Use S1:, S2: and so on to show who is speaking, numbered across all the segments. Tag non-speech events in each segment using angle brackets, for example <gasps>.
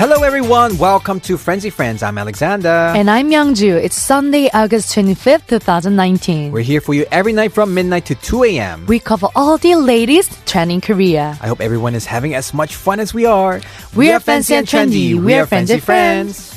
S1: Hello, everyone. Welcome to Frenzy Friends. I'm Alexander.
S2: And I'm Myungju. It's Sunday, August 25th, 2019.
S1: We're here for you every night from midnight to 2 a.m.
S2: We cover all the latest trend in Korea.
S1: I hope everyone is having as much fun as we are.
S2: We are fancy and trendy. We are Frenzy Friends.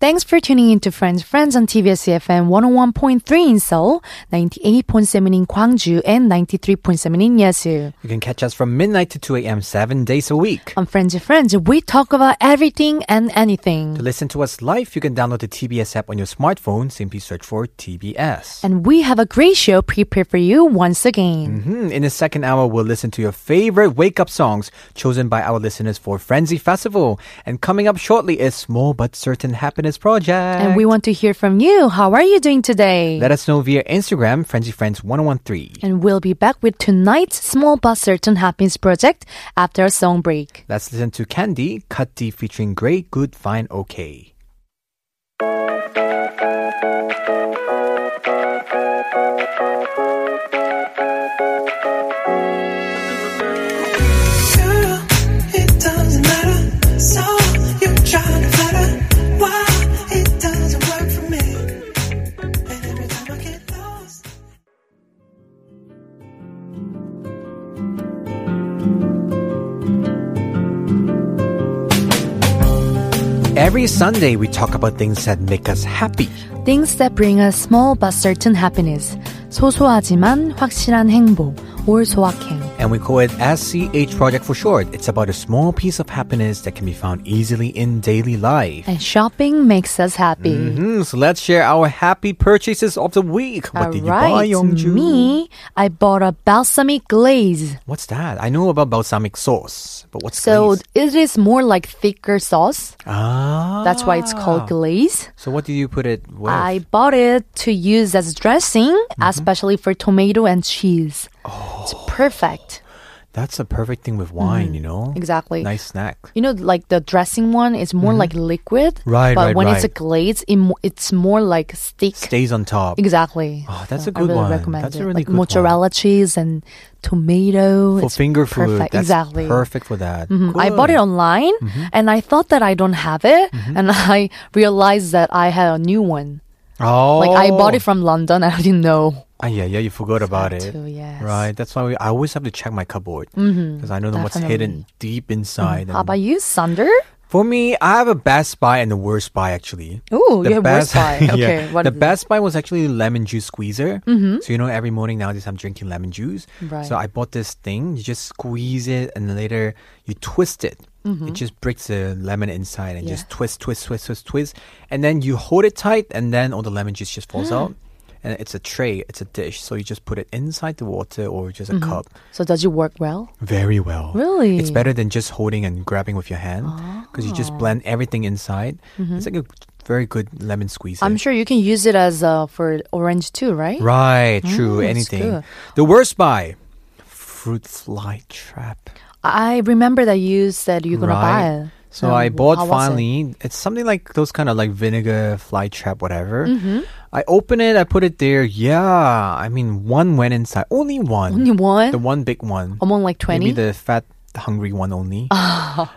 S2: Thanks for tuning in to Friends Friends on TBS FM 101.3 in Seoul, 98.7 in Gwangju, and 93.7 in Yesu.
S1: You can catch us from midnight to 2 a.m. seven days a week.
S2: On Friends and Friends, we talk about everything and
S1: To
S2: anything.
S1: listen to us live, you can download the TBS app on your smartphone. Simply search for TBS.
S2: And we have a great show prepared for you once again.
S1: Mhm. In the second hour, we'll listen to your favorite wake up songs chosen by our listeners for Frenzy Festival. And coming up shortly is Small But Certain Happiness Project.
S2: And we want to hear from you. How are you doing today?
S1: Let us know via Instagram, Frenzy Friends 1013.
S2: and we'll be back with tonight's Small But Certain Happiness project after a song break.
S1: Let's listen to Candy, Cut D featuring Grey, Good, Fine, OK.
S3: Girl, it doesn't matter. So you try to flatter. Why it doesn't work for me? And every time I get lost.
S1: Every Sunday, we talk about things that make us happy.
S2: Things that bring us small but certain happiness. 소소하지만 확실한 행복. or 소확행.
S1: And we call it SCH Project for short. It's about a small piece of happiness that can be found easily in daily life.
S2: And shopping makes us happy.
S1: Hmm, so let's share our happy purchases of the week. What
S2: All
S1: did
S2: right,
S1: you buy, Youngju?
S2: me, I bought a balsamic glaze.
S1: What's that? I know about balsamic sauce, but what's
S2: So
S1: glaze?
S2: it is more like thicker sauce.
S1: Ah,
S2: That's why it's called glaze.
S1: So what did you put it with?
S2: I bought it to use as dressing,
S1: Mm-hmm.
S2: especially for tomato and cheese. It's
S1: Oh.
S2: perfect.
S1: That's a perfect thing with wine,
S2: Mm-hmm.
S1: you know.
S2: Exactly.
S1: Nice snack.
S2: You know, like the dressing one is more like liquid,
S1: Mm-hmm. Right,
S2: But
S1: right,
S2: when it's a
S1: right.
S2: glaze, it, mo- it's more like stick.
S1: Stays on top.
S2: Exactly.
S1: Oh, that's a
S2: So
S1: good
S2: I really
S1: one.
S2: Recommend
S1: That's
S2: it.
S1: a really good
S2: like
S1: one.
S2: mozzarella cheese and tomato
S1: for
S2: It's
S1: finger food.
S2: Perfect.
S1: That's
S2: exactly.
S1: Perfect Mm-hmm. for that.
S2: Mm, I bought it
S1: Good.
S2: online, and I thought that I don't have it,
S1: Mm-hmm.
S2: and <laughs> I realized that I had a new one.
S1: Oh,
S2: Like I bought it from London, I didn't know.
S1: Ah, yeah, yeah. You forgot about
S2: hard
S1: it.
S2: to, yes. Mm-hmm.
S1: Right. That's why we, I always have to check my cupboard because I don't know what's hidden deep inside.
S2: How about you, Sunder?
S1: For me, I have a best buy and a worst buy actually.
S2: Ooh,
S1: The
S2: you have worst buy.
S1: best-
S2: Okay,
S1: <laughs> yeah. the
S2: what is it? Mm-hmm.
S1: best buy was actually lemon juice squeezer. So you know, every morning nowadays I'm drinking lemon juice.
S2: Right.
S1: So I bought this thing. You just squeeze it, and later you twist it. It just breaks the lemon inside and
S2: Mm-hmm. Yeah.
S1: just twist, twist, twist, twist, twist, and then you hold it tight, and then all the lemon juice just
S2: <gasps>
S1: falls out. And it's a tray, it's a dish. So you just put it inside the water or just a
S2: Mm-hmm.
S1: cup.
S2: So does it work well?
S1: Very well.
S2: Really? Ah.
S1: It's better than just holding and grabbing with your hand because you just blend everything inside. It's like a very good lemon squeeze.
S2: Mm-hmm. I'm sure you can use it as uh, for orange too, right?
S1: Right, true,
S2: Mm, that's
S1: anything.
S2: good.
S1: The worst buy fruit fly trap.
S2: I remember that you said you're gonna buy
S1: right?
S2: it.
S1: So I bought
S2: how was it?
S1: finally. It's something like those kind of like vinegar fly trap, whatever.
S2: Mm-hmm.
S1: I open it, I put it there. Yeah, I mean, one went inside. Only one.
S2: Only <laughs> one?
S1: The one big one.
S2: Among like twenty.
S1: Maybe the fat, hungry one
S2: <laughs>
S1: only.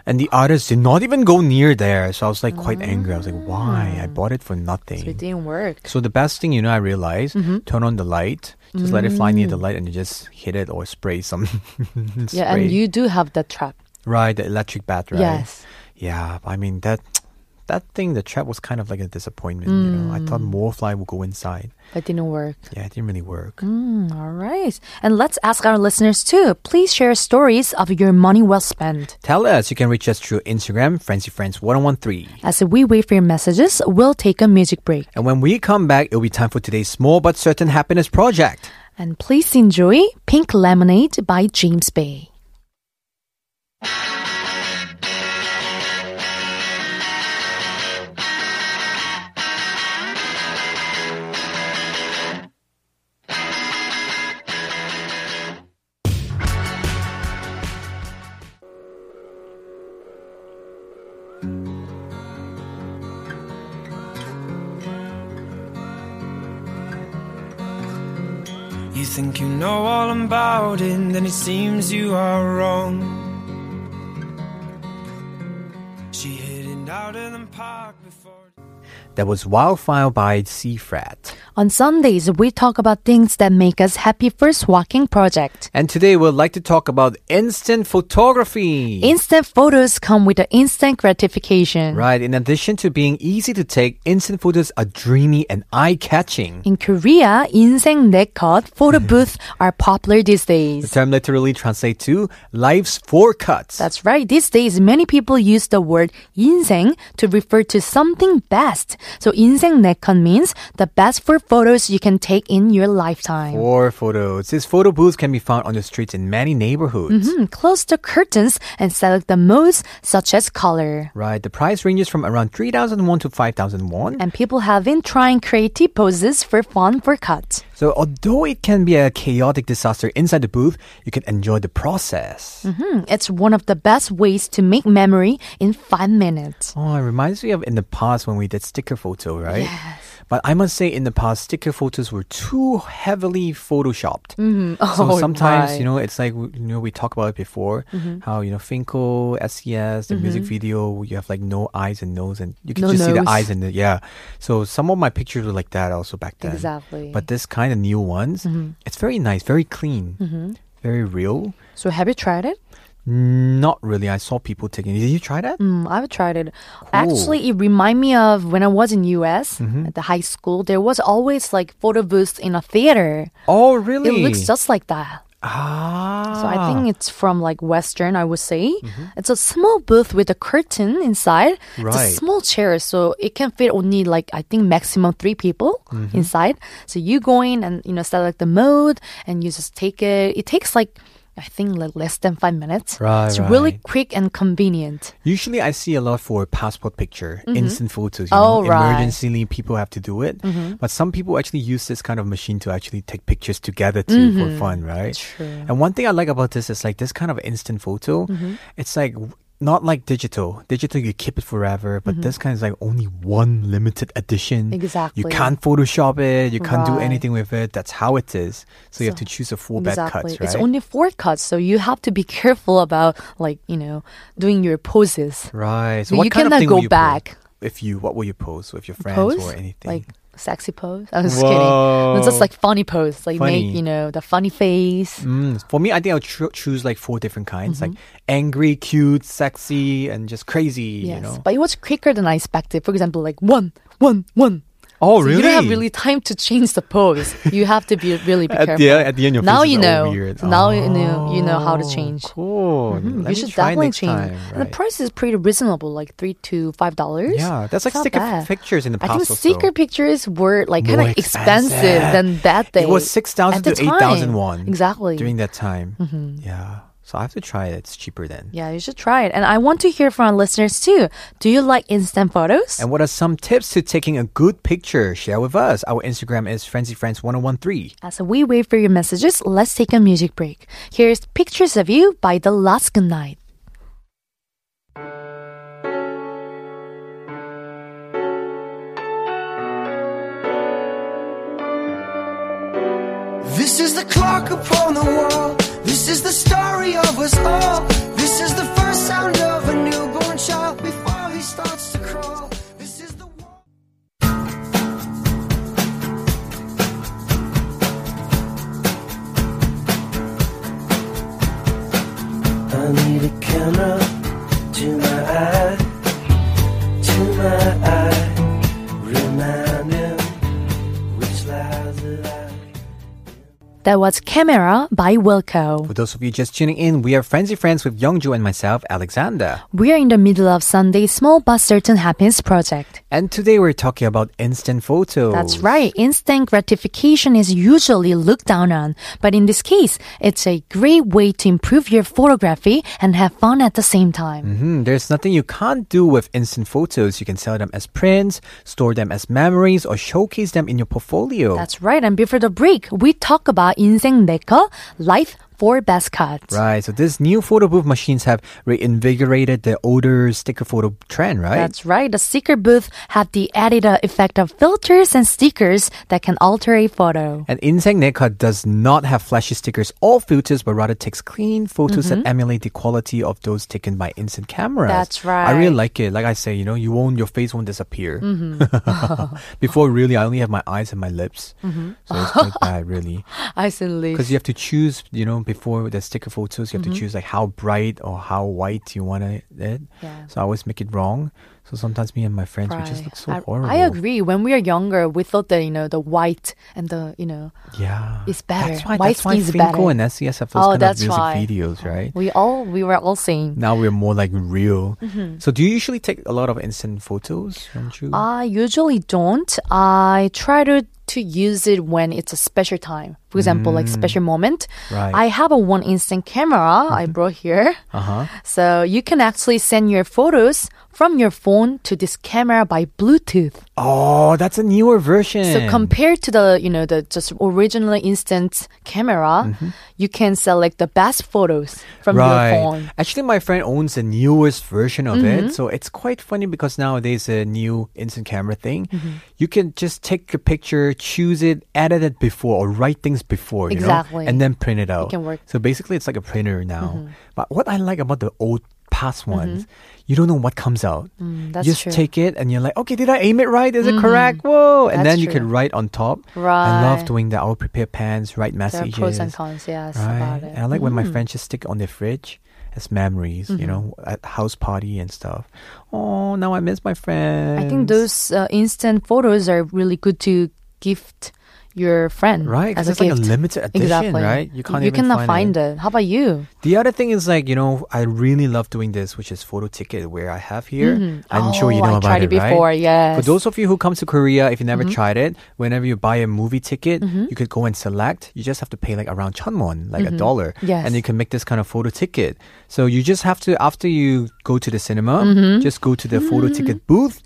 S1: and the others did not even go near there. So I was like
S2: Ah.
S1: quite angry. I was like, why? I bought it for
S2: It
S1: nothing.
S2: didn't work.
S1: So the best thing, you know, I realized,
S2: Mm-hmm.
S1: turn on the light, just let it fly near the light and you just hit it or spray some. <laughs>
S2: Mm. Yeah, and
S1: spray.
S2: you do have that trap.
S1: Right, the electric bat, right?
S2: Yes.
S1: Yeah, I mean, that that thing, the trap was kind of like a disappointment. You know, I thought
S2: Mm.
S1: Morefly would go inside.
S2: But didn't work.
S1: Yeah, it didn't really work.
S2: Mm, all right. And let's ask our listeners too. Please share stories of your money well spent.
S1: Tell us. You can reach us through Instagram, Frenzy Friends 1013.
S2: As we wait for your messages, we'll take a music break.
S1: And when we come back, it'll be time for today's small but certain happiness project.
S2: And please enjoy Pink Lemonade by James Bay.
S4: You think you know all about it, and then it seems you are wrong. She hid it out of the park before.
S1: That was Wildfire by Seafrat.
S2: On Sundays, we talk about things that make us happy first walking project.
S1: And today we'd like to talk about instant photography.
S2: Instant photos come with the instant gratification.
S1: Right. In addition to being easy to take, instant photos are dreamy and eye-catching.
S2: In Korea, 인생 네컷 photo booth are popular these
S1: The
S2: days.
S1: term literally translates to life's four cuts.
S2: That's right. These days, many people use the word 인생 to refer to something best. So 인생 네컷 means the best four photos you can take in your lifetime.
S1: Four photos. These photo booths can be found on the streets in many neighborhoods.
S2: Hmm, Close the curtains and select the modes such as color.
S1: Right. The price ranges from around 3,000 won to 5,000 won.
S2: And people have been trying creative poses for fun for cut.
S1: So, although it can be a chaotic disaster inside the booth, you can enjoy the process.
S2: Hmm, It's one of the best ways to make memory in five minutes.
S1: Oh, it reminds me of in the past when we did sticker photo, right? Yes. But I must say, in the past, sticker photos were too heavily photoshopped. Mm-hmm. so
S2: Oh,
S1: sometimes,
S2: right. Mm-hmm.
S1: you know, it's like you know we talked about it before, how you know Finko, SES, the music video, you have like no eyes and nose, and you can
S2: No
S1: just see the
S2: nose.
S1: eyes and the yeah. So some of my pictures were like that also back then.
S2: Exactly. Mm-hmm.
S1: But this kind of new ones, it's very nice, very clean, very real.
S2: So have you tried it?
S1: Not really. I saw people taking. Did you try that?
S2: Mm, I've tried it. Actually, it remind me of when I was in US
S1: Mm-hmm.
S2: at the high school. There was always like photo booths in a theater.
S1: Oh, really?
S2: It looks just like that.
S1: Ah. Mm-hmm.
S2: So I think it's from like Western, I would say. It's a small booth with a curtain inside.
S1: Right.
S2: It's a small chair, so it can fit only like I think maximum three people
S1: Mm-hmm.
S2: inside. So you go in and you know select the mode, and you just take it. It takes like I think like less than five minutes.
S1: Right,
S2: It's really
S1: right.
S2: quick and convenient.
S1: Usually, I see a lot for passport picture, instant photos. You
S2: Oh,
S1: know,
S2: Mm-hmm. right. Mm-hmm.
S1: emergency people have to do it, but some people actually use this kind of machine to actually take pictures together too for fun, right?
S2: Mm-hmm. True. Mm-hmm.
S1: And one thing I like about this is like this kind of instant photo. It's like w- not like digital. Digital, you keep it forever, but this kind is like only one limited edition.
S2: Mm-hmm. Exactly.
S1: You can't Photoshop it. You can't do
S2: Right.
S1: anything with it. That's how it is. So, you have to choose a full bad cut, right?
S2: It's only four cuts, so you have to be <laughs> careful about like you know doing your poses.
S1: Right.
S2: You cannot
S1: thing
S2: go
S1: will you pose?
S2: back.
S1: If you, what will you pose with your friends
S2: pose,
S1: or anything?
S2: like sexy pose. I was just kidding. It's just
S1: Whoa.
S2: like funny pose, like
S1: Funny.
S2: make you know the funny face.
S1: Mm, for me, I think I'll cho- choose like four different kinds, like angry, cute, sexy, and just crazy.
S2: Mm-hmm. Yes,
S1: You know.
S2: but it was quicker than I expected. For example, like one, one, one.
S1: oh,
S2: So
S1: really?
S2: You don't have really time to change the pose. you have to be really be
S1: At
S2: careful.
S1: the, at the end, your
S2: now
S1: face
S2: you
S1: is all
S2: know.
S1: Weird.
S2: So now you know you know how to
S1: Oh,
S2: change.
S1: Cool.
S2: Mm,
S1: Let me
S2: you should
S1: try
S2: definitely
S1: next
S2: change.
S1: Time, right.
S2: And the price is pretty reasonable, like three to five dollars.
S1: Yeah, that's like
S2: It's not
S1: sticker
S2: bad.
S1: pictures in the past.
S2: I think
S1: also.
S2: sticker pictures were like kind
S1: More
S2: of expensive. than that
S1: It
S2: day.
S1: was six thousand
S2: At the
S1: to eight thousand
S2: time.
S1: won.
S2: Exactly. Mm-hmm.
S1: During that time. Yeah. So I have to try it. It's cheaper then.
S2: yeah, you should try it. And I want to hear from our listeners too. Do you like instant photos?
S1: And what are some tips to taking a good picture? Share with us. Our Instagram is frenzyfriends1013.
S2: As we wait for your messages, let's take a music break. Here's Pictures of You by The Last Goodnight.
S4: This is the clock upon the wall. This is the story of us all. This is the first sound of a newborn child before he starts to crawl. This is the wall. I need a camera to my eye, to my
S2: That was Camera by Wilco.
S1: For those of you just tuning in, we are Frenzy Friends with Youngju and myself, Alexander.
S2: We are in the middle of Sunday's Small But Certain Happiness project.
S1: And today we're talking about instant photos.
S2: That's right. Instant gratification is usually looked down on, but in this case, it's a great way to improve your photography and have fun at the same time.
S1: Mhm, There's nothing you can't do with instant photos. You can sell them as prints, store them as memories, or showcase them in your portfolio.
S2: That's right. And before the break, we talk about 인생 내꺼 life for best cuts.
S1: Right, so these new photo booth machines have reinvigorated the older sticker photo trend, right?
S2: That's right. The sticker booth have the added uh, effect of filters and stickers that can alter a photo.
S1: and Insect Neca does not have flashy stickers or filters, but rather takes clean photos that emulate the quality of those taken by instant cameras.
S2: Mm-hmm. That's
S1: I really
S2: right.
S1: like it. Like I say, you know, you won't, your face won't disappear.
S2: Mm-hmm.
S1: <laughs> Before, really, I only have my eyes and my lips. So it's
S2: <laughs>
S1: like that, really.
S2: I see.
S1: Because you have to choose, you know, before the sticker photos, you have
S2: Mm-hmm.
S1: to choose like how bright or how white you want it. it.
S2: Yeah.
S1: So I always make it wrong. So sometimes me and my friends, we just
S2: Right.
S1: look so
S2: I,
S1: horrible.
S2: I agree. When we are younger, we thought that you know the white and the you know
S1: Yeah.
S2: It's better.
S1: That's why,
S2: White
S1: that's why
S2: skin's
S1: Finko
S2: better.
S1: and SES have those
S2: Oh,
S1: kind of
S2: that's
S1: music
S2: why. Oh.
S1: videos, right?
S2: we all we were all saying.
S1: now we're more like real.
S2: Mm-hmm.
S1: So do you usually take a lot of instant photos? Don't you?
S2: I usually don't. I try to to use it when it's a special time. For example, like special moment.
S1: Mm. Right.
S2: I have a one instant camera I brought here.
S1: uh-huh.
S2: So you can actually send your photos from your phone to this camera by Bluetooth.
S1: Oh, that's a newer version.
S2: So compared to the you know the just original instant camera,
S1: Mm-hmm.
S2: you can select the best photos from your phone. Mm-hmm.
S1: Actually, my friend owns the newest version of it. So it's quite funny because nowadays, a new instant camera thing,
S2: Mm-hmm.
S1: you can just take a picture, choose it, edit it before, or write things before, you
S2: Exactly.
S1: know, and then print it out.
S2: can work. Mm-hmm.
S1: So basically, it's like a printer now. But what I like about the old past ones, you don't know what comes out.
S2: Mm, that's
S1: you just
S2: true. Mm-hmm.
S1: take it and you're like, okay, did I aim it right? Is it correct? Whoa. And
S2: That's
S1: then you
S2: true.
S1: can write on top. I love
S2: Right.
S1: doing that. I'll prepare pans, write
S2: There are
S1: messages.
S2: pros and cons, yes, about it. Mm-hmm.
S1: And I like when my friends just stick it on their fridge as memories, you know, at house party and stuff. Oh, now I miss my friends.
S2: I think those uh, instant photos are really good to gift your friend.
S1: Right, 'cause it's
S2: as a
S1: like a
S2: gift.
S1: limited edition,
S2: exactly.
S1: right? You can't
S2: you
S1: even
S2: cannot
S1: find
S2: find it. How about you?
S1: The other thing is like, you know, I really love doing this, which is photo ticket where I have here. I'm sure you
S2: Oh,
S1: know
S2: I
S1: about
S2: tried
S1: it,
S2: it before,
S1: right?
S2: yes. Mm-hmm.
S1: For those of you who come to Korea, if you never tried it, whenever you buy a movie ticket, you could go and select. You just have to pay like around chunwon, like a dollar.
S2: Mm-hmm. Yes.
S1: And you can make this kind of photo ticket. So you just have to, after you go to the cinema,
S2: Mm-hmm.
S1: just go to the photo
S2: Mm.
S1: ticket booth.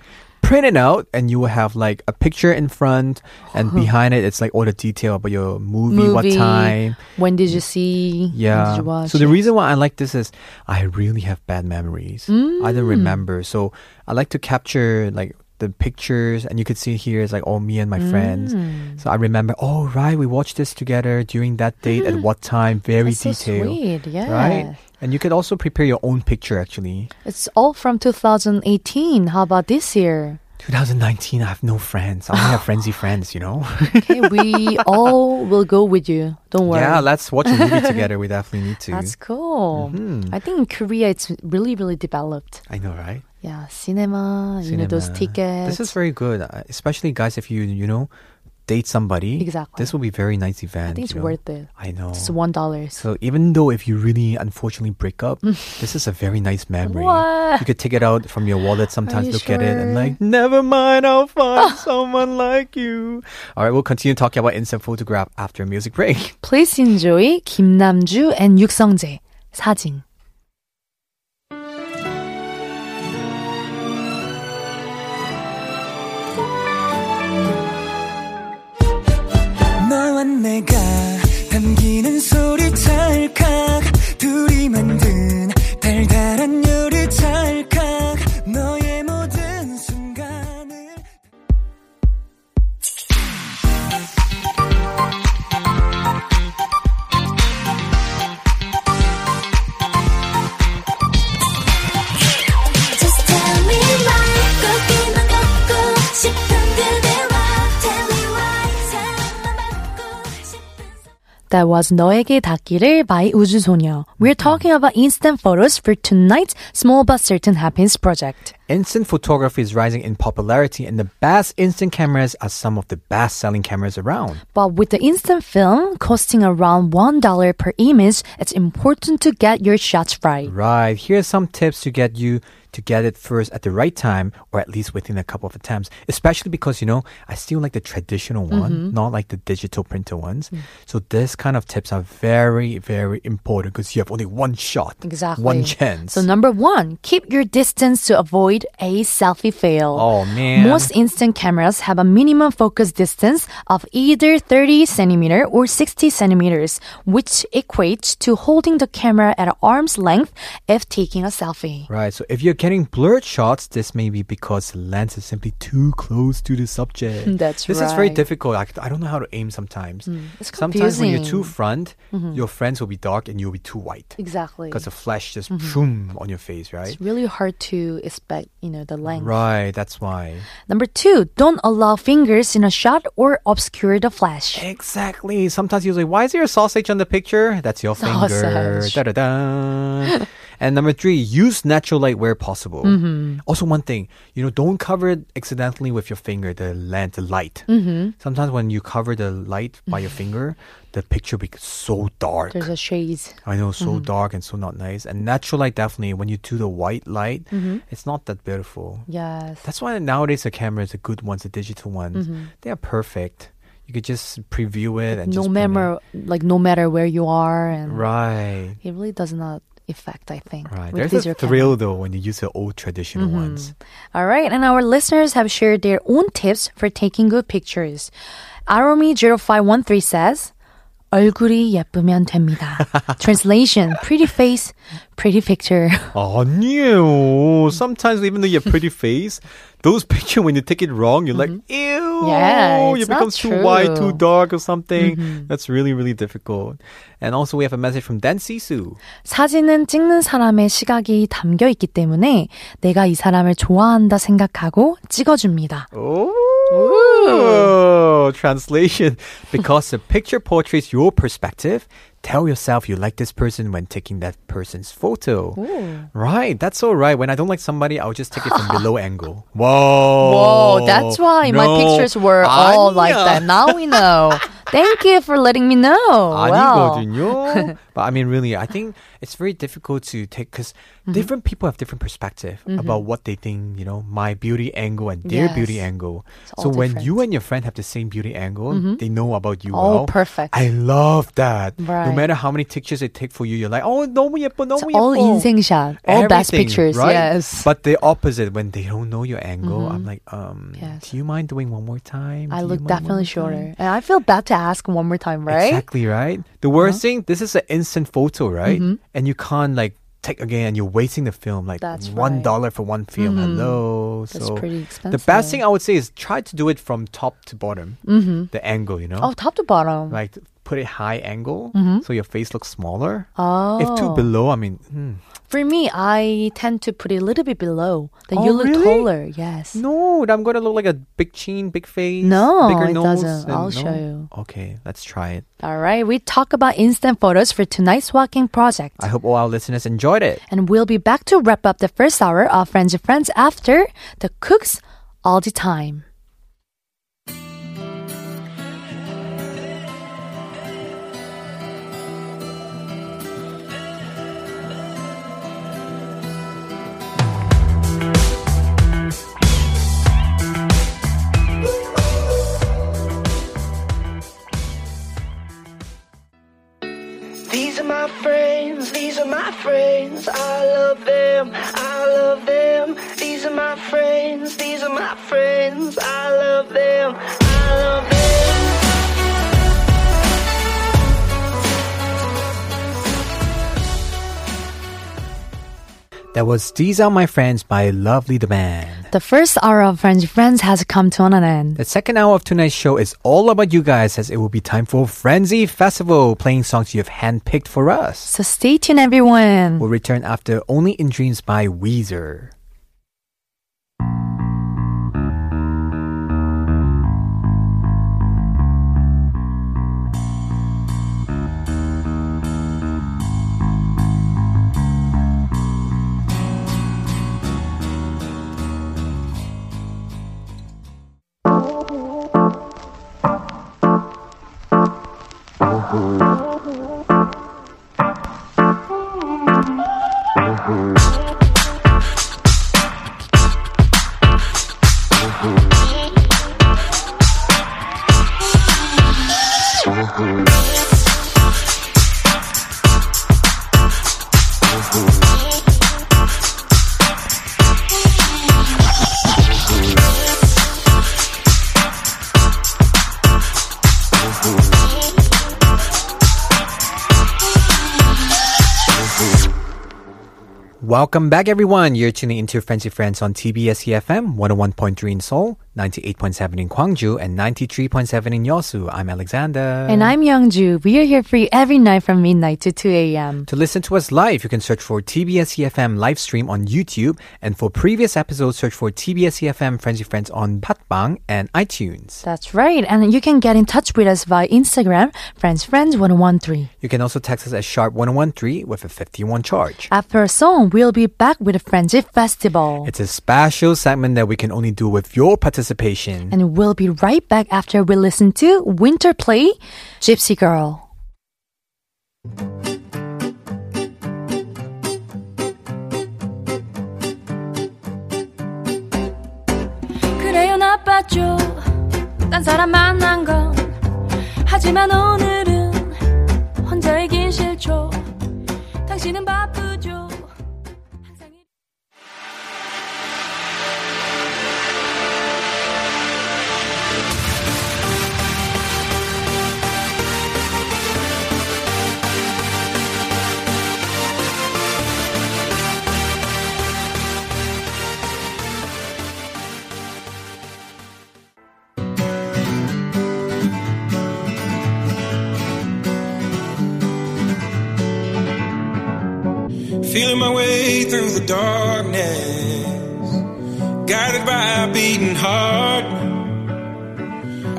S1: Print it out, and you will have like a picture in front, and behind it, it's like all the detail about your movie. what time,
S2: When did you see? When
S1: yeah.
S2: did you watch?
S1: So the
S2: it?
S1: reason why I like this is I really have bad memories. I don't
S2: Mm.
S1: remember. So I like to capture like the pictures and you could see here is like all me and my friends.
S2: Mm.
S1: So I remember, oh right, we watched this together during that date at what time, very
S2: Mm. That's so
S1: detailed.
S2: sweet, yeah.
S1: Right? And you could also prepare your own picture actually.
S2: It's all from 2018. How about this year?
S1: 2019, I have no friends. I only
S2: <laughs>
S1: have frenzy friends, you know? <laughs>
S2: Okay, we all will go with you. Don't worry.
S1: yeah, let's watch a movie together. We definitely need to.
S2: That's cool.
S1: Mm-hmm.
S2: I think in Korea it's really, really developed.
S1: I know, right?
S2: Yeah, cinema, you know, those
S1: Cinema.
S2: tickets.
S1: This is very good, uh, especially guys. If you you know date somebody,
S2: Exactly.
S1: This will be very nice event.
S2: I think it's
S1: you know?
S2: worth it.
S1: I know.
S2: It's one dollar.
S1: Oh. So even though if you really unfortunately break
S2: <laughs>
S1: up, this is a very nice memory.
S2: What?
S1: You could take it out from your wallet sometimes,
S2: you
S1: look at it, and
S2: sure?
S1: like, never mind, I'll
S2: <laughs>
S1: find someone like you. All right, we'll continue talking about instant photograph after a music break. <laughs>
S2: Please enjoy 김남주 and 육성재 사진.
S4: 너와 내가 담기는 소리 찰칵 둘이 만든 달달한 요리 찰칵 너의 모든 순간을
S5: Just tell me why 꽃길만 걷고 싶은 그대와 Tell me why 사랑만 받고 싶은
S2: That was 너에게 닿기를 by 우주소녀. We're
S1: Mm-hmm.
S2: talking about instant photos for tonight's Small But Certain Happens project.
S1: Instant photography is rising in popularity, and the best instant cameras are some of the best selling cameras around.
S2: But with the instant film costing around $1 per image, it's important to get your shots right.
S1: Right, here are some tips to get you to get it first at the right time, or at least within a couple of attempts, especially because, you know, I still like the traditional one,
S2: Mm-hmm.
S1: not like the digital printer ones.
S2: Mm.
S1: So, this kind of tips are very, very important because you have only one shot,
S2: Exactly.
S1: one chance.
S2: So number one, keep your distance to avoid a selfie fail.
S1: Oh, man.
S2: Most instant cameras have a minimum focus distance of either 30 centimeter or 60 centimeters, which equates to holding the camera at arm's length if taking a selfie.
S1: Right, so if you're getting blurred shots, this may be because the lens is simply too close to the subject.
S2: <laughs> That's
S1: this is very
S2: right. Mm,
S1: difficult. I, I don't know how to aim sometimes.
S2: it's
S1: sometimes when you're
S2: confusing. Mm-hmm.
S1: too front, your friends will be dark and you'll be too white
S2: Exactly. Mm-hmm.
S1: because the flash just boom on your face, right?
S2: It's really hard to expect, you know, the length.
S1: Right, that's why.
S2: Number two, don't allow fingers in a shot or obscure the flash.
S1: Exactly. Sometimes you're like, why is there a sausage on the picture? That's your finger.
S2: Sausage.
S1: Da-da-da. and number three, use natural light where possible.
S2: Mm-hmm.
S1: Also, one thing, you know, don't cover it accidentally with your finger, the lens, the light.
S2: Mm-hmm.
S1: Sometimes when you cover the light by your finger,
S2: <sighs>
S1: the picture becomes so dark.
S2: There's a Mm-hmm. shades.
S1: I know, so dark and so not nice. And natural light, definitely, when you do the white light,
S2: Mm-hmm.
S1: it's not that beautiful.
S2: Yes.
S1: That's why nowadays the cameras, the good ones, the digital ones,
S2: Mm-hmm.
S1: they are perfect. You could just preview it and
S2: no
S1: just print it.
S2: matter like no matter where you are and
S1: Right.
S2: it really does not affect i think
S1: Right.
S2: with
S1: There's a
S2: digital camera. Mm-hmm.
S1: thrill though when you use the old traditional ones.
S2: all right and our listeners have shared their own tips for taking good pictures aromi0513 says 얼굴이 예쁘면 됩니다.
S1: <laughs>
S2: Translation: Pretty face,
S1: <laughs>
S2: pretty picture.
S1: Oh no. Sometimes even
S2: <laughs>
S1: though you have pretty face, those <laughs> picture when you take it wrong, you're like, ew.
S2: Mm-hmm. Yeah,
S1: you
S2: it's not
S1: become too white,
S2: true. Mm-hmm.
S1: too dark or something. That's really, really difficult. And also we have a message from Dan Sisu.
S2: 사진은 찍는 사람의 시각이 담겨 있기 때문에 내가 이 사람을 좋아한다 생각하고 찍어줍니다.
S1: Oh, translation. <laughs> Because the picture portrays your perspective, tell yourself you like this person when taking that person's photo. Right, that's all right. When I don't like somebody, I'll just take it from
S2: <laughs>
S1: below angle. Whoa.
S2: Whoa, that's why my
S1: No.
S2: pictures were all like
S1: 아니야.
S2: that. Now
S1: <laughs>
S2: we know. Thank you for letting me know. Wow.
S1: 아니거든요.
S2: <laughs>
S1: but I mean, really, I think it's very difficult to take because
S2: Mm-hmm.
S1: different people have different perspective about what they think. You know, my beauty angle and their
S2: Yes.
S1: beauty angle.
S2: all
S1: So when
S2: different.
S1: you and your friend have the same beauty angle, they know about you.
S2: Oh,
S1: well.
S2: perfect.
S1: I love that. No
S2: Right.
S1: matter how many pictures they take for you, you're like, oh, 너무 예뻐, 너무
S2: It's all
S1: 예뻐."
S2: 인생샷, all best
S1: Everything,
S2: pictures.
S1: right?
S2: Yes. Mm-hmm.
S1: But the opposite, when they don't know your angle, I'm like, um,
S2: Yes.
S1: do you mind doing one more time?
S2: I
S1: Do you
S2: look
S1: mind one more
S2: definitely
S1: time?"
S2: shorter. And I feel bad to ask one more time, right? Uh-huh.
S1: Exactly right. The worst thing, this is an instant photo, right? And you can't like take again. You're wasting the film, like
S2: Mm-hmm. That's
S1: one
S2: right. Mm-hmm.
S1: dollar for one film. Hello,
S2: That's
S1: so
S2: pretty
S1: the best
S2: expensive.
S1: thing I would say is try to do it from top to bottom, mm-hmm. the angle. You know,
S2: Oh, top to bottom.
S1: like put it high angle so your face looks smaller.
S2: Oh.
S1: If too below, I mean, hmm.
S2: For me, I tend to put it a little bit below. Then you
S1: Oh,
S2: look
S1: really?
S2: taller. Yes.
S1: no, I'm gonna look like a big chin, big face.
S2: No,
S1: bigger
S2: it
S1: nose,
S2: doesn't.
S1: and
S2: I'll
S1: no.
S2: show you.
S1: Okay, let's try it.
S2: All right. We talk about instant photos for tonight's walking project.
S1: I hope all our listeners enjoyed it.
S2: And we'll be back to wrap up the first hour of Friends of Friends after the cooks all the time.
S4: These are my friends, these are my friends. I love them, I love them. These are my friends, these are my friends. I love them, I love them.
S1: That was These Are My Friends by Lovely the Man.
S2: The first hour of Friends of Friends has come to an end.
S1: The second hour of tonight's show is all about you guys as it will be time for Frenzy Festival, playing songs you have handpicked for us.
S2: So stay tuned, everyone.
S1: We'll return after Only in Dreams by Weezer. Welcome back, everyone. You're tuning into Fancy Friends on TBS EFM 101.3 in Seoul, 98.7 in Gwangju, and 93.7 in Yosu. I'm Alexander.
S2: And I'm Youngju. We are here for you every night from midnight to 2 a.m.
S1: To listen to us live, you can search for TBS EFM E live stream on YouTube, and for previous episodes, search for TBS EFM Friends with Friends on Patbang and iTunes.
S2: That's right. And you can get in touch with us via Instagram, friends friends 1013.
S1: You can also text us at sharp 1013 with a 51 charge.
S2: After a song, we'll be back with a friendship festival.
S1: It's a special segment that we can only do with your participation.
S2: And we'll be right back after we listen to Winter Play, Gypsy Girl.
S5: 그래요 나빴죠 딴 사람 만난 건 하지만 오늘은 혼자 있긴 싫죠 당신은 바쁘죠 항상 일-
S6: Feeling my way through the darkness, guided by a beating heart.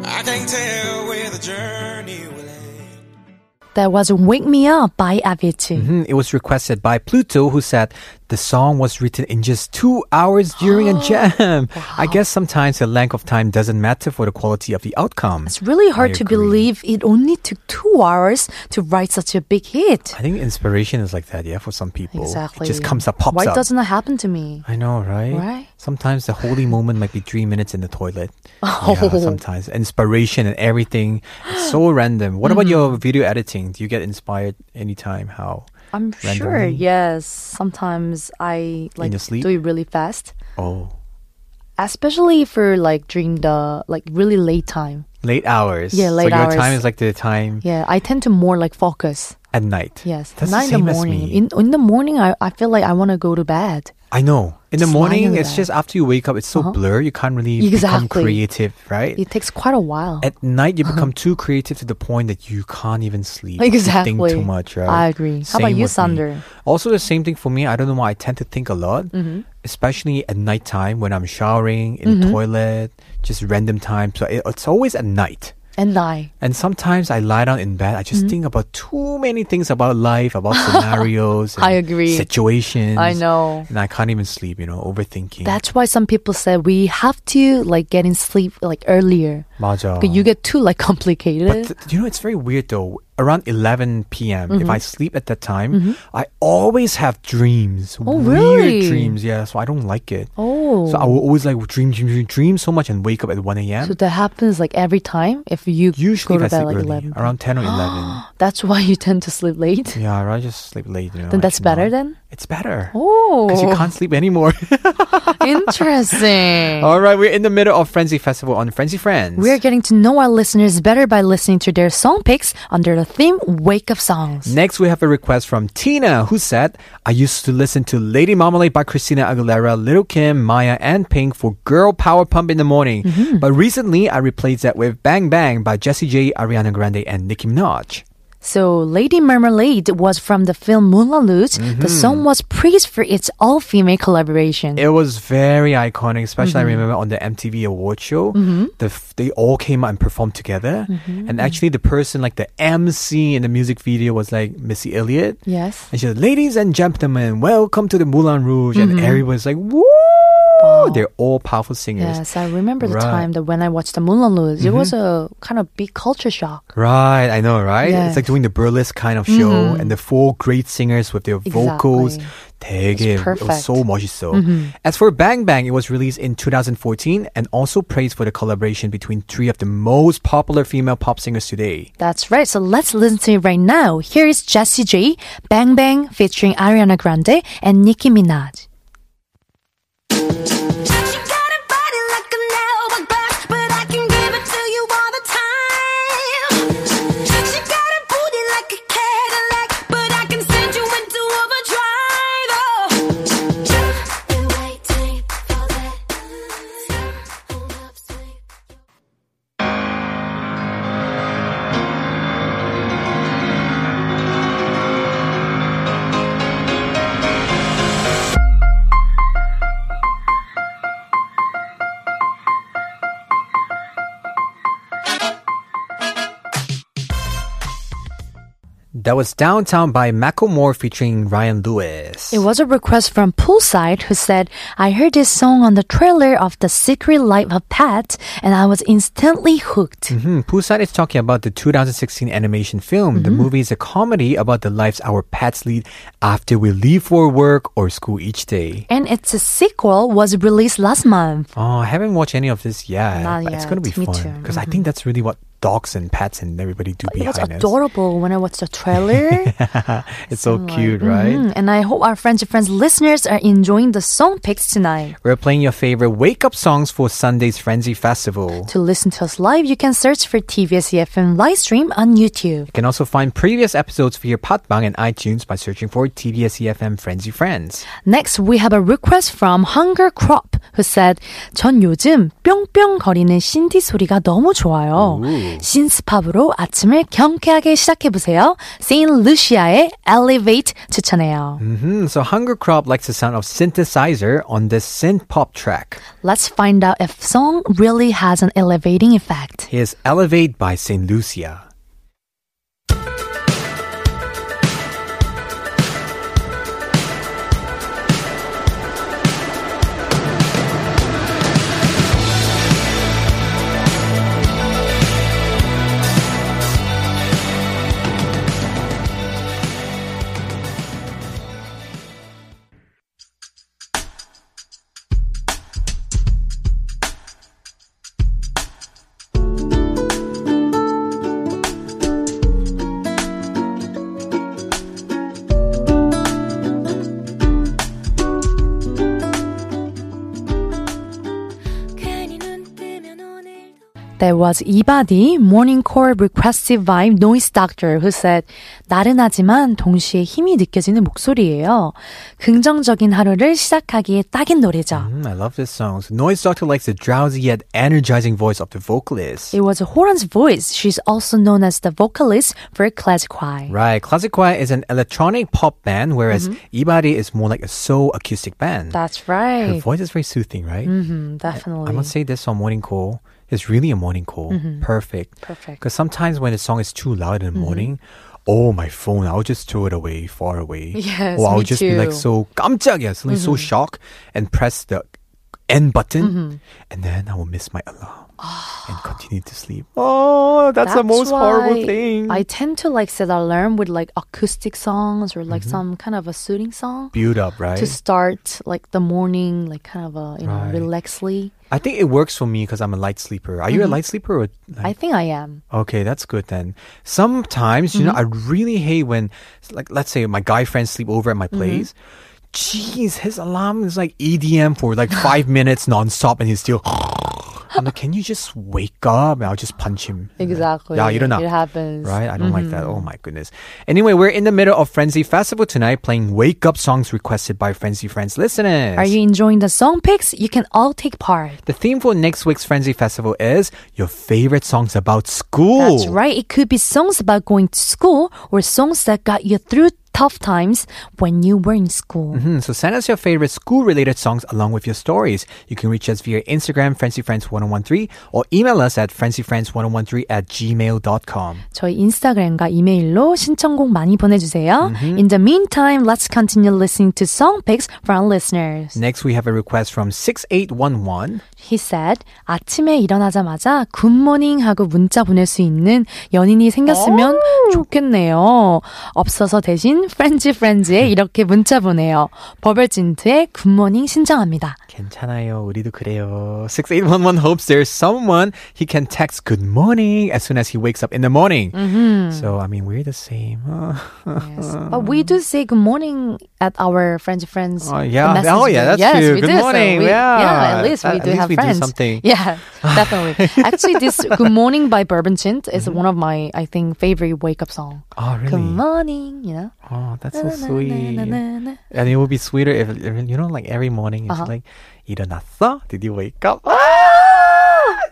S6: I can't tell where the journey will end.
S2: That was Wake Me Up by Avicii.
S1: Mhm, It was requested by Pluto, who said the song was written in just two hours during
S2: <gasps>
S1: a jam. I guess sometimes the length of time doesn't matter for the quality of the outcome.
S2: It's really hard
S1: I
S2: to
S1: agree.
S2: believe it only took two hours to write such a big hit.
S1: I think inspiration is like that, yeah, for some people. It
S2: Exactly.
S1: just comes up, pops
S2: Why
S1: up.
S2: doesn't that happen to me?
S1: I know, right?
S2: Right?
S1: Sometimes the holy moment might be three minutes in the
S2: <laughs>
S1: toilet. Yeah, sometimes inspiration and everything. It's
S2: <gasps>
S1: so random. What about
S2: Mm-hmm.
S1: your video editing? Do you get inspired anytime? How?
S2: I'm sure,
S1: Randomly?
S2: yes. Sometimes I like
S1: your sleep?
S2: do it really fast.
S1: Oh,
S2: Especially for like during the like really late time.
S1: late hours.
S2: Yeah, late
S1: So your
S2: hours.
S1: time is like the time
S2: Yeah, I tend to more like focus.
S1: at night.
S2: Yes,
S1: that's
S2: not
S1: the same
S2: in the
S1: as
S2: morning.
S1: me.
S2: In in the morning, I, I feel like I want to go to bed.
S1: I know. In the
S2: Just lying on
S1: morning,
S2: the
S1: it's
S2: bed.
S1: just after you wake up, it's so blur. You can't
S2: <laughs>
S1: really become
S2: Exactly.
S1: creative, right?
S2: It takes quite a while.
S1: At night, you become too creative to the point that you can't even sleep. You
S2: Uh-huh. Exactly.
S1: think too much, right?
S2: I agree. How about you,
S1: with me.
S2: Sander?
S1: Also, the same thing for me. I don't know why I tend to think a lot,
S2: Mm-hmm.
S1: especially at nighttime when I'm showering, in the toilet, just random time. So it, it's always at night.
S2: and I,
S1: And sometimes I lie down in bed. I
S2: Mm-hmm.
S1: just think about too many things about life, about scenarios. and
S2: <laughs> I agree.
S1: Situations.
S2: I know.
S1: And I can't even sleep. You know, overthinking.
S2: That's why some people say we have to like get in sleep like earlier.
S1: 맞아.
S2: But you get too like
S1: Oh.
S2: <laughs>
S1: But uh,
S2: complicated.
S1: th- you know, it's very weird though. Around 11 p.m., if
S2: Mm-hmm.
S1: I sleep at that time, I always have dreams.
S2: Oh,
S1: weird
S2: really?
S1: dreams, yeah. So I don't like it.
S2: oh,
S1: So I will always like dream, dream, dream, dream so much and wake up at 1 a.m.
S2: so that happens like every time if you
S1: Usually
S2: go
S1: if I
S2: to bed
S1: sleep
S2: like
S1: early,
S2: eleven.
S1: around 10 or 11.
S2: That's why you tend to sleep late. <gasps>
S1: yeah, I rather just sleep late. You know,
S2: Then
S1: I
S2: that's
S1: should not.
S2: better then?
S1: It's better.
S2: Oh,
S1: Because you can't sleep
S2: <laughs>
S1: anymore. <laughs>
S2: interesting.
S1: All right, we're in the middle of Frenzy Festival on Frenzy Friends.
S2: We're getting to know our listeners better by listening to their song picks under the theme Wake Up Songs.
S1: Next, we have a request from Tina, who said, I used to listen to Lady Marmalade by Christina Aguilera, Little Kim, Maya, and Pink for Girl Power Pump in the morning. But recently, I replaced that with Bang Bang by Jessie J, Ariana Grande, and Nicki Minaj.
S2: So, Lady Marmalade was from the film Moulin Rouge. The song was praised for its all female collaboration.
S1: Mm-hmm. It was very iconic, especially I remember on the MTV award show, the f- they all came out and performed together. And actually, the person, like the MC in the music video, was like Missy Elliott.
S2: yes. Mm-hmm.
S1: And she said, Ladies and gentlemen, welcome to the Moulin Rouge. And everyone's like, Woo! Oh, they're all powerful singers.
S2: Yes, I remember the
S1: Right. Mm-hmm.
S2: time that when I watched the Moulin Rouge, it was a kind of big culture shock.
S1: Right, I know, right?
S2: Yeah.
S1: It's like doing the burlesque kind of show, and the four great singers with their vocals. 되게,
S2: Mm-hmm. It's
S1: it was so
S2: perfect. Mm-hmm.
S1: 멋있어. As for Bang Bang, it was released in 2014 and also praised for the collaboration between three of the most popular female pop singers today.
S2: That's right. So let's listen to it right now. Here is Jessie J, Bang Bang featuring Ariana Grande and Nicki Minaj.
S7: You got a body like an hourglass, but I can give it to you all the time. You got a booty like a Cadillac, but I can send you into overdrive. Oh, just been waiting for that. Hold up, sweet.
S1: That was Downtown by Macklemore featuring Ryan Lewis.
S2: It was a request from Poolside who said, I heard this song on the trailer of The Secret Life of Pat and I was instantly hooked.
S1: Hmm, Busan is talking about the 2016 animation film. The
S2: Mm-hmm.
S1: movie is a comedy about the lives our pets lead after we leave for work or school each day.
S2: And its sequel was released last month.
S1: Oh, I haven't watched any of this yet.
S2: Not
S1: but It's gonna be
S2: yet. Me
S1: fun
S2: too. Mm-hmm.
S1: because I think that's really what dogs and pets and everybody do
S2: It was
S1: behind us.
S2: adorable when I watched the
S1: <laughs>
S2: trailer.
S1: It's so cute, right?
S2: Mm, and I hope our Friends of Friends listeners are enjoying the song picks tonight.
S1: We're playing your favorite wake up songs for Sunday's Frenzy Festival.
S2: To listen to us live, you can search for TVS EFM E live stream on YouTube.
S1: You can also find previous episodes via Patbang and iTunes by searching for TBS EFM E Frenzy Friends.
S2: Next, we have a request from Hunger Crop who said, 전 요즘 뿅뿅 거리는 신디 소리가 너무 좋아요. 신스팝으로 아침을 경쾌하게 시작해보세요. 세인 루시아의 Elevate 추천해요.
S1: hmm So Hunger Crop likes the sound of synthesizer on this synth pop track.
S2: Let's find out if song really has an elevating effect.
S1: Here's Elevate by St. Lucia.
S7: 괜히 눈 뜨면 오늘.
S2: There was 이바디 모닝콜 requestive vibe noise doctor who said 나른하지만 동시에 힘이 느껴지는 목소리예요. 긍정적인 하루를 시작하기에 딱인 노래죠.
S1: Mm, I love this song. So Noise Doctor likes the drowsy yet energizing voice of the vocalist.
S2: It was Horan's voice. She's also known as the vocalist for Classic Choir.
S1: Right, Classic Choir is an electronic pop band, whereas Ibari is more like a soul acoustic band.
S2: Mm-hmm. That's
S1: Her
S2: right.
S1: voice is very soothing, right?
S2: Mm,
S1: I
S2: definitely.
S1: must say this on morning call. It's really a morning call. Perfect.
S2: Mm-hmm. Perfect. Mm-hmm.
S1: Because sometimes when a song is too loud in the morning, oh my phone, I'll just throw it away, far away.
S2: Yes,
S1: Or I'll
S2: me
S1: just be like
S2: too. Mm-hmm.
S1: so 깜짝이야, suddenly so shocked and press the end button,
S2: Mm-hmm.
S1: and then I will miss my alarm and continue to sleep. Oh, that's, the most horrible
S2: Ah. why
S1: thing.
S2: I tend to like set alarm with like acoustic songs or like some kind of a soothing song
S1: Build up, Mm-hmm. right?
S2: to start like the morning, like kind of a you know
S1: Right.
S2: relaxly.
S1: I think it works for me because I'm a light sleeper. Are you a
S2: Mm-hmm.
S1: light sleeper? Or
S2: I think I am.
S1: Okay, that's good then. Sometimes,
S2: Mm-hmm.
S1: you know, I really hate when, like, let's say my guy friends sleep over at
S2: Mm-hmm.
S1: my place. Jeez, his alarm is like EDM for like
S2: <laughs>
S1: five minutes nonstop, and he's still. <laughs> I'm like, can you just wake up? And I'll just punch him.
S2: Exactly.
S1: Yeah, you don't know.
S2: It happens. Mm-hmm.
S1: Right? I don't like that. Oh my goodness. Anyway, we're in the middle of Frenzy Festival tonight, playing wake up songs requested by Frenzy Friends listeners.
S2: Are you enjoying the song picks? You can all take part.
S1: The theme for next week's Frenzy Festival is your favorite songs about school.
S2: That's right. It could be songs about going to school or songs that got you through tough times when you were in school.
S1: Mhm, So send us your favorite school-related songs along with your stories. You can reach us via Instagram, FrenzyFriends1013, or email us at FrenzyFriends1013 at gmail.com.
S2: 저희 인스타그램과 이메일로 신청곡 많이 보내주세요. In the meantime, let's continue listening to song picks from listeners.
S1: Next, we have a request from 6811.
S2: He said, 아침에 일어나자마자 굿모닝 하고 문자 보낼 수 있는 연인이 생겼으면 좋겠네요. 없어서 대신 프렌즈 프렌즈에 이렇게 문자 보내요. 버벌진트의 굿모닝 신청합니다.
S1: 괜찮아요. 우리도 그래요. 6811 hopes there's someone he can text good morning as soon as he wakes up in the morning.
S2: Mm-hmm.
S1: So, I mean, we're the same. Uh,
S2: But Oh, we do say good morning at our French friends.
S1: Oh, yeah.
S2: message
S1: Oh, yeah,
S2: board.
S1: that's
S2: yes,
S1: true.
S2: We
S1: Good
S2: do. So
S1: morning.
S2: we-
S1: Yeah.
S2: at least we
S1: At
S2: do
S1: least
S2: have
S1: we do
S2: friends.
S1: something.
S2: <laughs> Yeah,
S1: <laughs>
S2: definitely. Actually, this Good Morning by Bourbon Chint is one of my, I think, favorite wake up song.
S1: oh, Mm-hmm. really?
S2: Good morning, you know.
S1: Oh, that's so
S2: Na, na,
S1: sweet.
S2: na, na, na.
S1: And it would be sweeter if, if- you know, like every morning, it's
S2: Uh-huh.
S1: like, 일어났어? Did you wake up? Ah,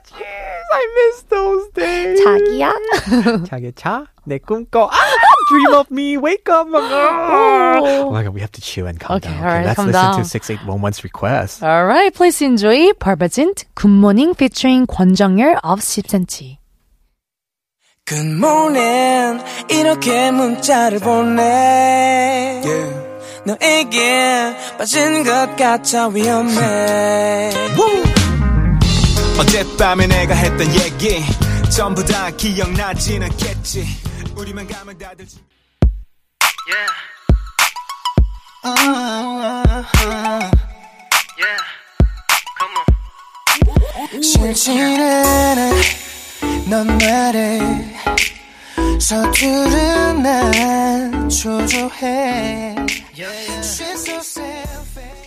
S1: jeez, I miss those days.
S2: 자기야.
S1: 자기 차, 내 꿈꿔. Ah, dream of me, wake up. Ah. Oh my god, we have to chill and calm
S2: Okay,
S1: down.
S2: alright,
S1: let's
S2: calm
S1: listen
S2: down.
S1: to 6811's request.
S2: <laughs> All right, please enjoy Bourbon Chint Good Morning featuring 권정열 of 10cm.
S3: Good morning 이렇게 문자를 보내
S6: Yeah.
S3: 너에게 빠진 것 같아 위험해
S6: 어젯밤에 내가 했던 얘기 전부 다 기억나진 않겠지 우리만 가면 다들 지-
S3: 싫지는 넌 나를 서투른 난 초조해 She's so selfish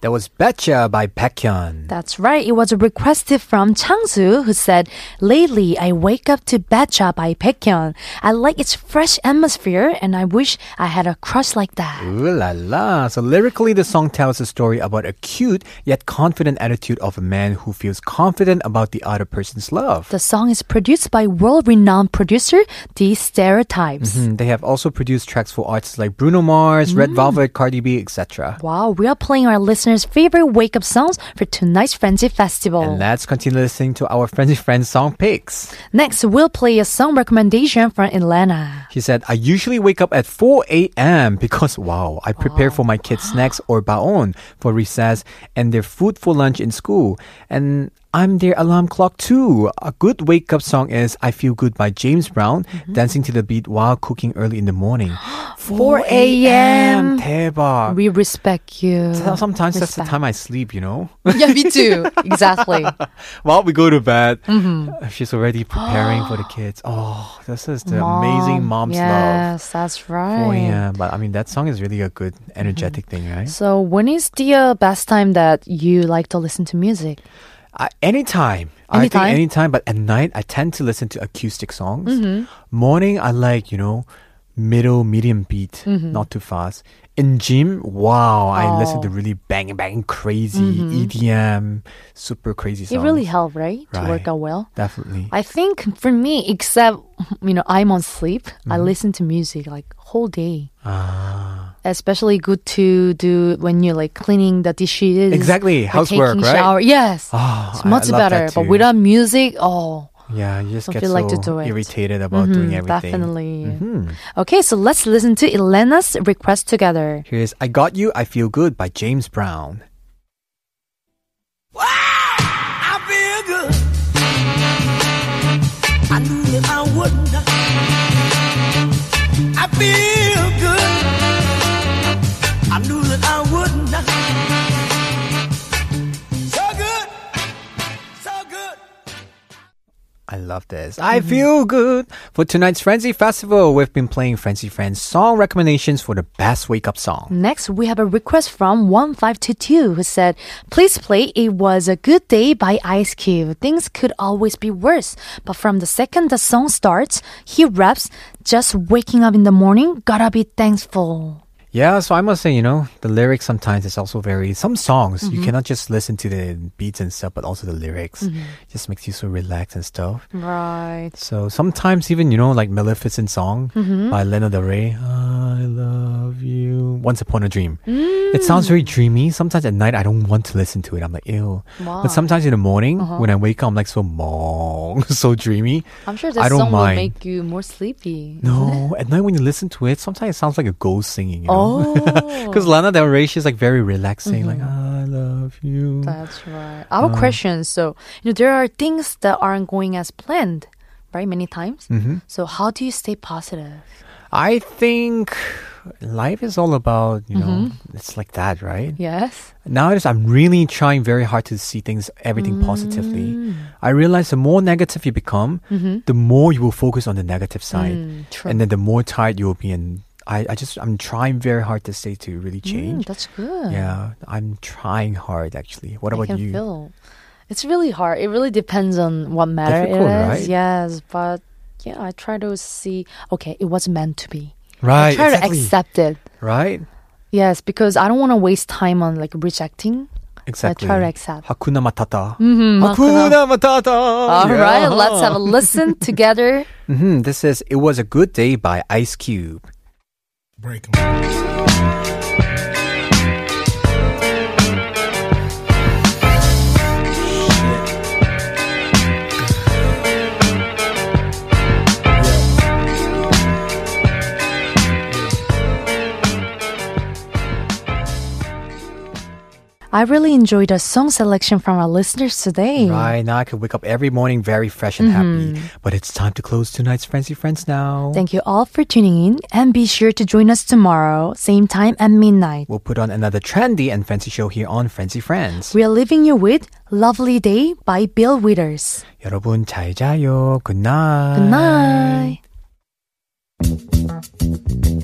S1: That was Betcha by Baekhyun.
S2: That's right. It was requested from Changsu who said, Lately, I wake up to Betcha by Baekhyun. I like its fresh atmosphere and I wish I had a crush like that.
S1: Ooh la la. So lyrically, the song tells a story about a cute yet confident attitude of a man who feels confident about the other person's love.
S2: The song is produced by world-renowned producer The Stereotypes.
S1: Mm, They have also produced tracks for artists like Bruno Mars, Red Velvet, Cardi B, etc.
S2: Wow, we are playing our listeners' favorite wake-up songs for tonight's Frenzy Festival.
S1: And let's continue listening to our friendly friend song picks.
S2: Next, we'll play a song recommendation from Elena.
S1: He said, I usually wake up at 4 a.m. because, wow, I prepare for my kids' snacks or baon for recess and their food for lunch in school. And I'm their alarm clock too. A good wake up song is I Feel Good by James Brown, dancing to the beat while cooking early in the morning.
S2: 4 a.m.
S1: 대박.
S2: We respect you.
S1: So- Uh, Sometimes that's the
S2: Respect.
S1: time I sleep, you know?
S2: yeah, me too. Exactly.
S1: while we go to bed,
S2: Mm-hmm.
S1: she's already preparing
S2: <gasps>
S1: for the kids. Oh, this is <laughs> the amazing mom's love.
S2: yes, that's right. Mm-hmm.
S1: Oh yeah, but I mean that song is really a good energetic thing, right?
S2: So when is the uh, best time that you like to listen to music?
S1: Uh, anytime, I think
S2: Anytime?
S1: anytime. But at night, I tend to listen to acoustic songs.
S2: Mm-hmm.
S1: Morning, I like you know middle medium beat,
S2: Mm-hmm.
S1: not too fast. In gym, wow,
S2: Oh.
S1: I listen to really bang bang crazy EDM, super crazy
S2: Mm-hmm. It
S1: songs.
S2: really helped, right? To work
S1: Right.
S2: out well.
S1: definitely.
S2: I think for me, except you know, I'm on sleep. I
S1: Mm-hmm.
S2: listen to music like whole day.
S1: Ah.
S2: Especially good to do when you're like cleaning the dishes.
S1: Exactly,
S2: or
S1: housework,
S2: taking
S1: right?
S2: Shower. Yes,
S1: Ah,
S2: it's
S1: I- I
S2: much
S1: love
S2: better.
S1: that
S2: But
S1: too.
S2: without music, oh,
S1: yeah, you just
S2: Don't
S1: get
S2: feel
S1: so
S2: like to do it. Mm-hmm,
S1: irritated about doing everything. Mm-hmm.
S2: definitely. <laughs> Okay, so let's listen to Elena's request together.
S1: Here's "I Got You, I Feel Good" by James Brown.
S3: I feel good. I knew that I would not. I feel good. I knew that I would not. So good. So good.
S1: I love this. I
S2: Mm-hmm.
S1: feel good. For tonight's Frenzy Festival, we've been playing Frenzy Friends song recommendations for the best wake up song.
S2: Next, we have a request from 1522 who said, Please play It Was a Good Day by Ice Cube. Things could always be worse, but from the second the song starts, he raps, Just waking up in the morning, gotta be thankful.
S1: Yeah, so I must say, you know, the lyrics sometimes is also very, some songs,
S2: Mm-hmm.
S1: you cannot just listen to the beats and stuff, but also the lyrics.
S2: Mm-hmm.
S1: Just makes you so relaxed and stuff.
S2: Right. Mm-hmm.
S1: So sometimes even, you know, like Maleficent song by Lana Del Rey. I love Once Upon a Dream.
S2: Mm.
S1: It sounds very dreamy. Sometimes at night, I don't want to listen to it. I'm like, ew. But sometimes in the morning, when I wake up, I'm like so mong, <laughs> so dreamy.
S2: Uh-huh. I'm sure
S1: I
S2: that
S1: don't
S2: song will
S1: mind.
S2: make you more
S1: <laughs>
S2: sleepy. <laughs>
S1: No, at night when you listen to it, sometimes it sounds like a ghost singing. You know? <laughs>
S2: Oh. Mm-hmm.
S1: Because Lana Del Rey, she's like very relaxing, like I love you.
S2: That's right. I
S1: Uh.
S2: have a question. So, you know, there are things that aren't going as planned, right? Many times.
S1: Mm-hmm.
S2: So, how do you stay positive?
S1: I think life is all about you know
S2: Mm-hmm.
S1: it's like that, right?
S2: Yes.
S1: Nowadays, I'm really trying very hard to see things everything
S2: Mm.
S1: positively. I realize the more negative you become, the more you will focus on the negative side,
S2: Mm-hmm. Mm, true.
S1: and then the more tired you will be. And I, I just I'm trying very hard to stay to really
S2: Mm,
S1: change.
S2: that's good.
S1: yeah, I'm trying hard actually. What
S2: I
S1: about
S2: can
S1: you?
S2: feel. It's really hard. It really depends on what matter it is.
S1: Difficult, right?
S2: Yes, but yeah, I try to see. Okay, it was meant to be.
S1: Right,
S2: I try
S1: exactly.
S2: to accept it.
S1: Right,
S2: Yes, because I don't want to waste time on like rejecting.
S1: exactly.
S2: try to accept. Mm-hmm,
S1: Hakuna matata. Hakuna matata.
S2: All right,
S1: <laughs>
S2: let's have a listen together.
S1: hmm This is "It Was a Good Day" by Ice Cube.
S6: Break 'em.
S2: I really enjoyed the song selection from our listeners today.
S1: Right now, I could wake up every morning very fresh and happy. But it's time to close tonight's Fancy Friends now.
S2: Mm-hmm. Thank you all for tuning in and be sure to join us tomorrow, same time at midnight.
S1: we'll put on another trendy and fancy show here on Fancy Friends.
S2: We are leaving you with Lovely Day by Bill Withers.
S1: 여러분 잘 자요. Good night.
S2: Good night.